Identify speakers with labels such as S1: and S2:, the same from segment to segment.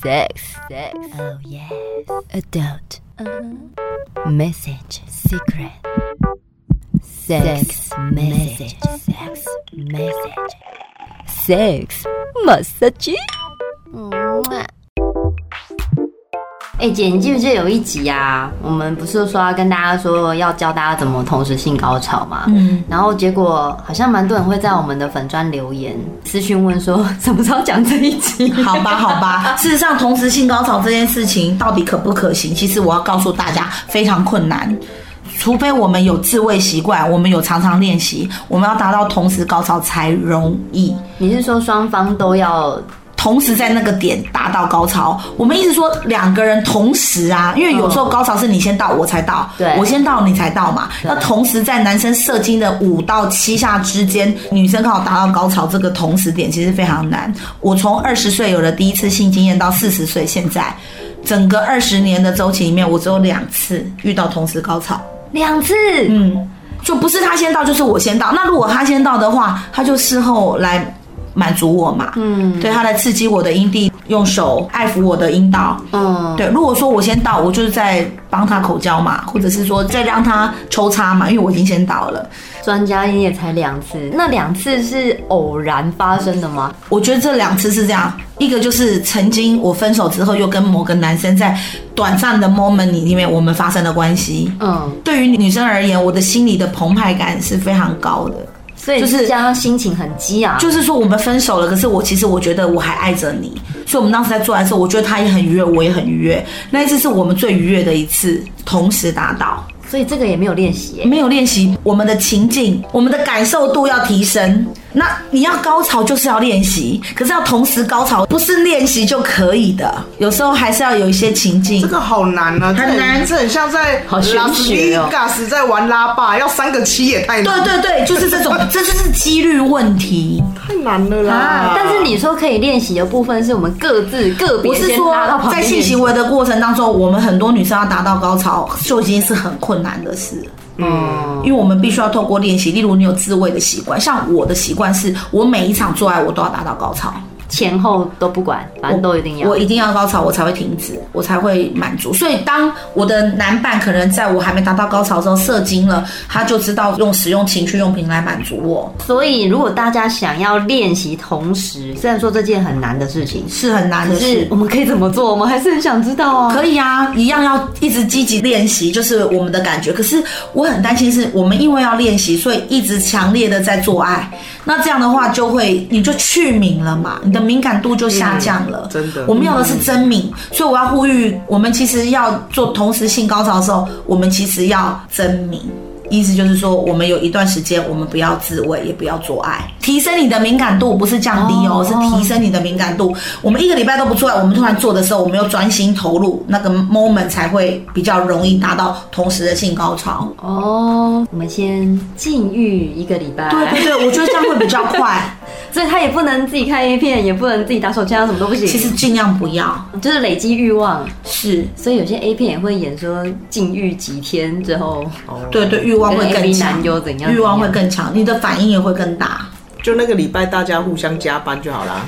S1: Sex, sex, oh yes. Adult, Uh-huh. message, secret. Sex, message, sex, message. Sex, massage.
S2: 哎、姐，你记不记得有一集啊？我们不是说要跟大家说要教大家怎么同时性高潮嘛？嗯，然后结果好像蛮多人会在我们的粉专留言私讯问说什么时候讲这一集？
S3: 好吧，好吧。事实上，同时性高潮这件事情到底可不可行？其实我要告诉大家，非常困难。除非我们有自慰习惯，我们有常常练习，我们要达到同时高潮才容易。
S2: 你是说双方都要
S3: 同时在那个点达到高潮，我们一直说两个人同时啊，因为有时候高潮是你先到我才到，
S2: 嗯对
S3: 我先到你才到嘛。
S2: 对
S3: 那同时在男生射精的五到七下之间，女生刚好达到高潮这个同时点，其实非常难。我从二十岁有了第一次性经验到四十岁，现在整个二十年的周期里面，我只有两次遇到同时高潮。
S2: 两次？
S3: 嗯，就不是他先到，就是我先到。那如果他先到的话，他就事后来满足我嘛。嗯，对，他来刺激我的阴蒂，用手爱抚我的阴道。
S2: 嗯，
S3: 对，如果说我先到，我就是在帮他口交嘛，或者是说再让他抽插嘛，因为我已经先到了。
S2: 专家你也才两次，那两次是偶然发生的吗？
S3: 我觉得这两次是这样，一个就是曾经我分手之后又跟某个男生在短暂的 moment 里面我们发生了关系。
S2: 嗯，
S3: 对于女生而言，我的心里的澎湃感是非常高的。
S2: 所以就
S3: 就是是
S2: 加上心情很激昂，
S3: 就是说我们分手了，可是我其实我觉得我还爱着你，所以我们当时在做爱的时候，我觉得他也很愉悦，我也很愉悦。那一次是我们最愉悦的一次，同时达到。
S2: 所以这个也没有练习、欸。
S3: 没有练习，我们的情境、我们的感受度要提升。那你要高潮就是要练习，可是要同时高潮不是练习就可以的，有时候还是要有一些情
S4: 这
S3: 境。
S4: 个好难啊，
S3: 很难
S4: 这很这很像在
S2: 好玄
S4: 拉斯维
S2: 学哦
S4: 加斯在玩拉霸，要三个七也太
S3: 对
S4: 难，
S3: 对对，就是这种，这 就是几率问题。
S4: 太难了
S2: 啊
S4: 啦！！
S2: 但是你说可以练习的部分，是我们各自个别
S3: 嗯我是
S2: 先
S3: 说
S2: 拉到，旁边
S3: 在性
S2: 练习
S3: 行为的过程当中，我们很多女生要达到高潮，就已经是很困难的事。嗯，因为我们必须要透过练习，例如你有自慰的习惯，像我的习惯是我每一场做爱我都要达到高潮，
S2: 前后都不管，反正都一定要。
S3: 我一定要高潮，我才会停止，我才会满足。所以当我的男伴可能在我还没达到高潮的时候射精了，他就知道用使用情趣用品来满足我，
S2: 所以，如果大家想要练习同时，虽然说这件很难的事情，
S3: 是很难
S2: 可
S3: 的事
S2: 是我。们可以怎么做？我们还是很想知道啊。
S3: 可以啊，一样要一直积极练习，就是我们的感觉。可是我很担心，是我们因为要练习，所以一直强烈的在做爱。那这样的话，就会你就去敏了嘛，你的敏感度就下降了。
S4: 嗯真的
S3: 我们要的是真敏，所以我要呼吁，我们其实要做同时性高潮的时候，我们其实要真敏。意思就是说，我们有一段时间，我们不要自慰，也不要做爱，提升你的敏感度，不是降低哦，
S2: 哦
S3: 是提升你的敏感度。我们一个礼拜都不做爱，我们突然做的时候，我们又专心投入，那个 moment 才会比较容易达到同时的性高潮。
S2: 哦，我们先禁欲一个礼拜，
S3: 对对对，我觉得这样会比较快。
S2: 所以他也不能自己看 A 片，也不能自己打手枪，什么都不行。
S3: 其实尽量不要，
S2: 就是累积欲望，
S3: 是
S2: 所以有些 A 片也会演说禁欲几天之后，
S3: 对对，欲望会
S2: 跟
S3: 更
S2: AV
S3: 强
S2: 男，优怎样？
S3: 欲望会更强，你的反应也会更大。
S4: 就那个礼拜大家互相加班就好啦。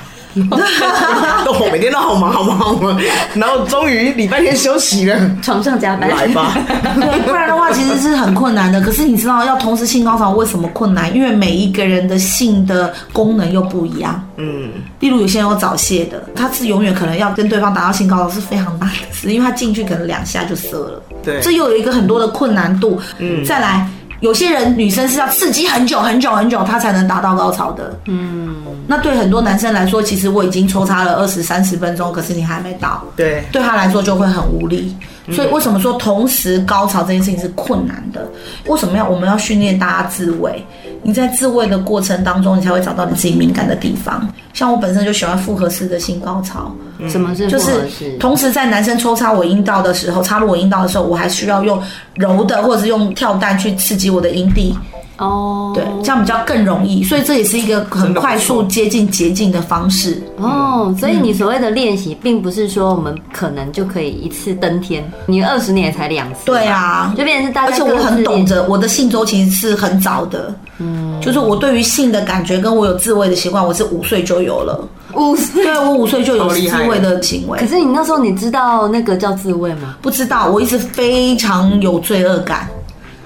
S4: 我每天都好忙好忙好忙，然后终于礼拜天休息了，
S2: 床上加班
S4: 来吧。
S3: 对，不然的话其实是很困难的。可是你知道要同时性高潮为什么困难？因为每一个人的性的功能又不一样。
S4: 嗯，
S3: 例如有些人有早泄的，他是永远可能要跟对方达到性高潮是非常难的事，因为他进去可能两下就射了，
S4: 对
S3: 这又有一个很多的困难度。嗯，再来。有些人女生是要刺激很久很久很久，她才能达到高潮的。嗯，那对很多男生来说，其实我已经抽插了二十三十分钟，可是你还没到，
S4: 对，
S3: 对他来说就会很无力。所以为什么说同时高潮这件事情是困难的？为什么要我们要训练大家自慰？你在自慰的过程当中，你才会找到你自己敏感的地方。像我本身就喜欢复合式的性高潮，
S2: 嗯什么是
S3: 就
S2: 复合
S3: 是
S2: 式？
S3: 同时在男生抽插我阴道的时候，插入我阴道的时候，我还需要用揉的或者是用跳蛋去刺激我的阴蒂。
S2: 哦，
S3: 对，这样比较更容易，所以这也是一个很快速接近捷径的方式。
S2: 哦，所以你所谓的练习，并不是说我们可能就可以一次登天，你二十年也才两次，
S3: 对，啊，
S2: 就变成是大家
S3: 而且我
S2: 各自
S3: 很懂
S2: 练习
S3: 得我的性周期是很早的，嗯，就是我对于性的感觉跟我有自慰的习惯，我是五岁就 有了。
S2: 五十。
S3: 对啊我五岁就有
S4: 好厉
S3: 自
S4: 害
S3: 慰的行为
S2: 可，是你那时候你知道那个叫自慰吗？
S3: 不知道我一直非常有罪恶感，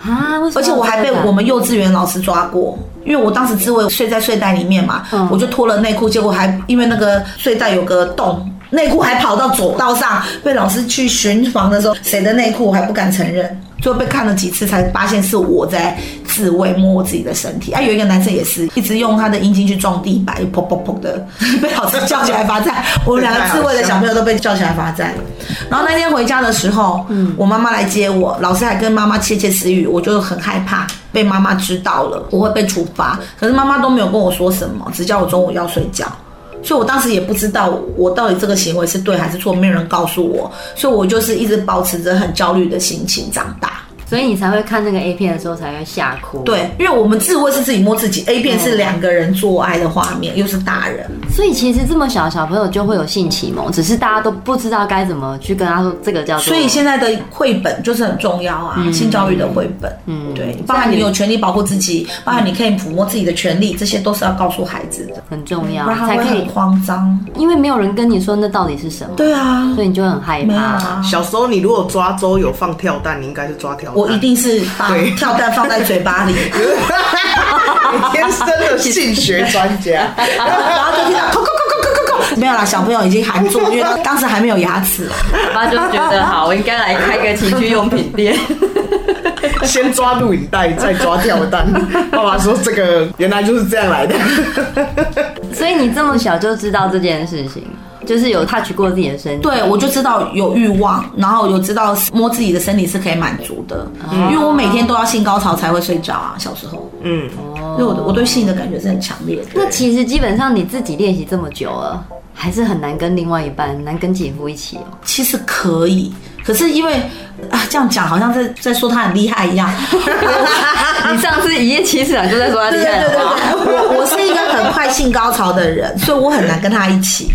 S2: 啊，为什么
S3: 而且我还被
S2: 要这样
S3: 我们幼稚园老师抓过。因为我当时自慰睡在睡袋里面嘛，
S2: 嗯
S3: 我就脱了内裤，结果还因为那个睡袋有个洞，内裤还跑到走道上，被老师去巡房的时候，谁的内裤我还不敢承认，最后被看了几次才发现是我在自慰摸我自己的身体。啊，有一个男生也是一直用他的阴茎去撞地板，就砰砰砰的， 被老师叫起来罚站。我们两个自慰的小朋友都被叫起来罚站。然后那天回家的时候，我妈妈来接我，老师还跟妈妈窃窃私语，我就很害怕被妈妈知道了，我会被处罚。可是妈妈都没有跟我说什么，只叫我中午要睡觉。所以我当时也不知道我到底这个行为是对还是错，没有人告诉我，所以我就是一直保持着很焦虑的心情长大。
S2: 所以你才会看那个 A 片的时候才会吓哭。，
S3: 对，因为我们自慰是自己摸自己，A 片是两个人做爱的画面，又是大人。
S2: 所以其实这么小的小朋友就会有性启蒙，只是大家都不知道该怎么去跟他说这个叫做。
S3: 所以现在的绘本就是很重要啊，性教育的绘本，嗯，对，包含你有权利保护自己，包含你可以抚摸自己的权利，这些都是要告诉孩子的，
S2: 很重要
S3: 不然，他
S2: 啊才
S3: 会
S2: 可
S3: 很
S2: 以，
S3: 慌张。
S2: 因为没有人跟你说那到底是什么，
S3: 对啊，
S2: 所以你就会很害
S3: 没有
S2: 怕。
S3: 啊，
S4: 小时候你如果抓周有放跳蛋，你应该是抓跳蛋。
S3: 我一定是把
S4: 对
S3: 跳蛋放在嘴巴里，
S4: 你天生的性学专家，
S3: 然后就听到扣扣扣扣扣扣扣，没有啦，小朋友已经含住，因为当时还没有牙齿。
S5: 我爸就觉得好，我应该来开个情趣用品店。
S4: 先抓录影带，再抓跳蛋。爸爸说这个原来就是这样来的。
S2: 所以你这么小就知道这件事情，就是有 touch 过自己的身体。
S3: 对，我就知道有欲望，然后有知道摸自己的身体是可以满足的，因为我每天都要性高潮才会睡觉啊，小时候，
S4: 嗯，
S3: 因为我的我对性的感觉是很强烈的。
S2: 那其实基本上你自己练习这么久了，还是很难跟另外一半，很难跟姐夫一起哦。
S3: 其实可以，可是因为啊，这样讲好像在在说他很厉害一 样。
S2: 你上次一夜七次啊，就在说他厉害了吧？
S3: 我我是一个很快性高潮的人，所以我很难跟他一起，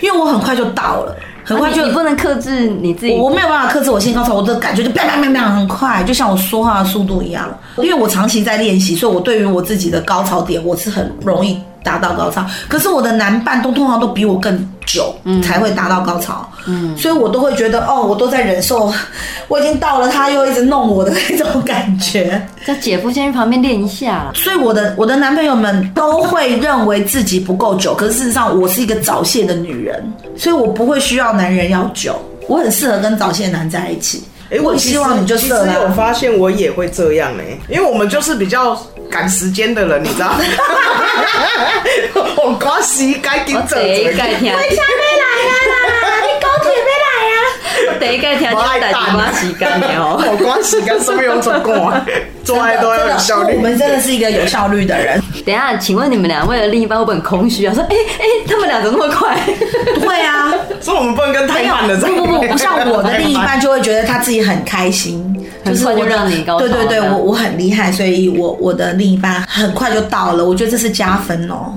S3: 因为我很快就到了，很快就
S2: 你不能克制你自己
S3: 我我没有办法克制我性高潮，我的感觉就砰砰砰砰很快，就像我说话的速度一样。因为我长期在练习，所以我对于我自己的高潮点，我是很容易达到高潮。可是我的男伴都通常都比我更久、才会达到高潮，嗯，所以我都会觉得哦，我都在忍受，我已经到了，他又一直弄我的那种感觉。
S2: 叫姐夫先去旁边练一下啦。
S3: 所以我的我的男朋友们都会认为自己不够久，可是事实上我是一个早泄的女人，所以我不会需要男人要久，我很适合跟早泄男在一起。
S4: 哎，
S3: 我
S4: 其实
S3: 希望你就
S4: 其
S3: 射
S4: 实有
S3: 了。
S4: 发现我也会这样呢、因为我们就是比较赶时间的人，你知道。我瓜西该盯着。
S2: 第一盖听，我下没来啊啦，你高铁没来啊。第一盖听就
S4: 爱
S2: 带
S4: 蛋
S2: 一把洗干净哦。
S4: 我瓜西跟什么有做过啊？做爱都要有效率
S3: 我。们真的是一个有效率的 人。
S2: 等一下，请问你们俩为了另一半会不会很空虚啊？说，哎、哎、他们俩怎么那么快？
S3: 对啊，
S4: 所以我们不能跟太慢的在。
S3: 不不不，不像我的另一
S4: 太慢
S3: 半就会觉得他自己很开心，
S2: 很
S3: 是
S2: 快就
S3: 我的
S2: 让你高潮
S3: 对对对，
S2: 了
S3: 我我很厉害，所以我我的另一半很快就到了，我觉得这是加分哦。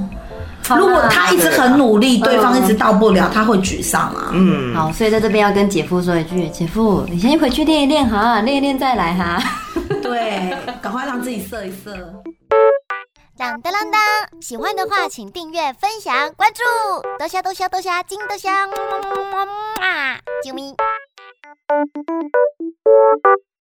S3: 如果他一直很努力，
S2: 嗯
S3: 对方一直到不了，他会沮丧啊。嗯，
S2: 好，所以在这边要跟姐夫说一句，姐夫，你先回去练一练哈，练一练再来哈。
S3: 对，赶快让自己射一射。
S6: 当当当当！喜欢的话，请订阅、分享、关注，多虾多虾多虾，金多虾，么么么么么啊！啾咪。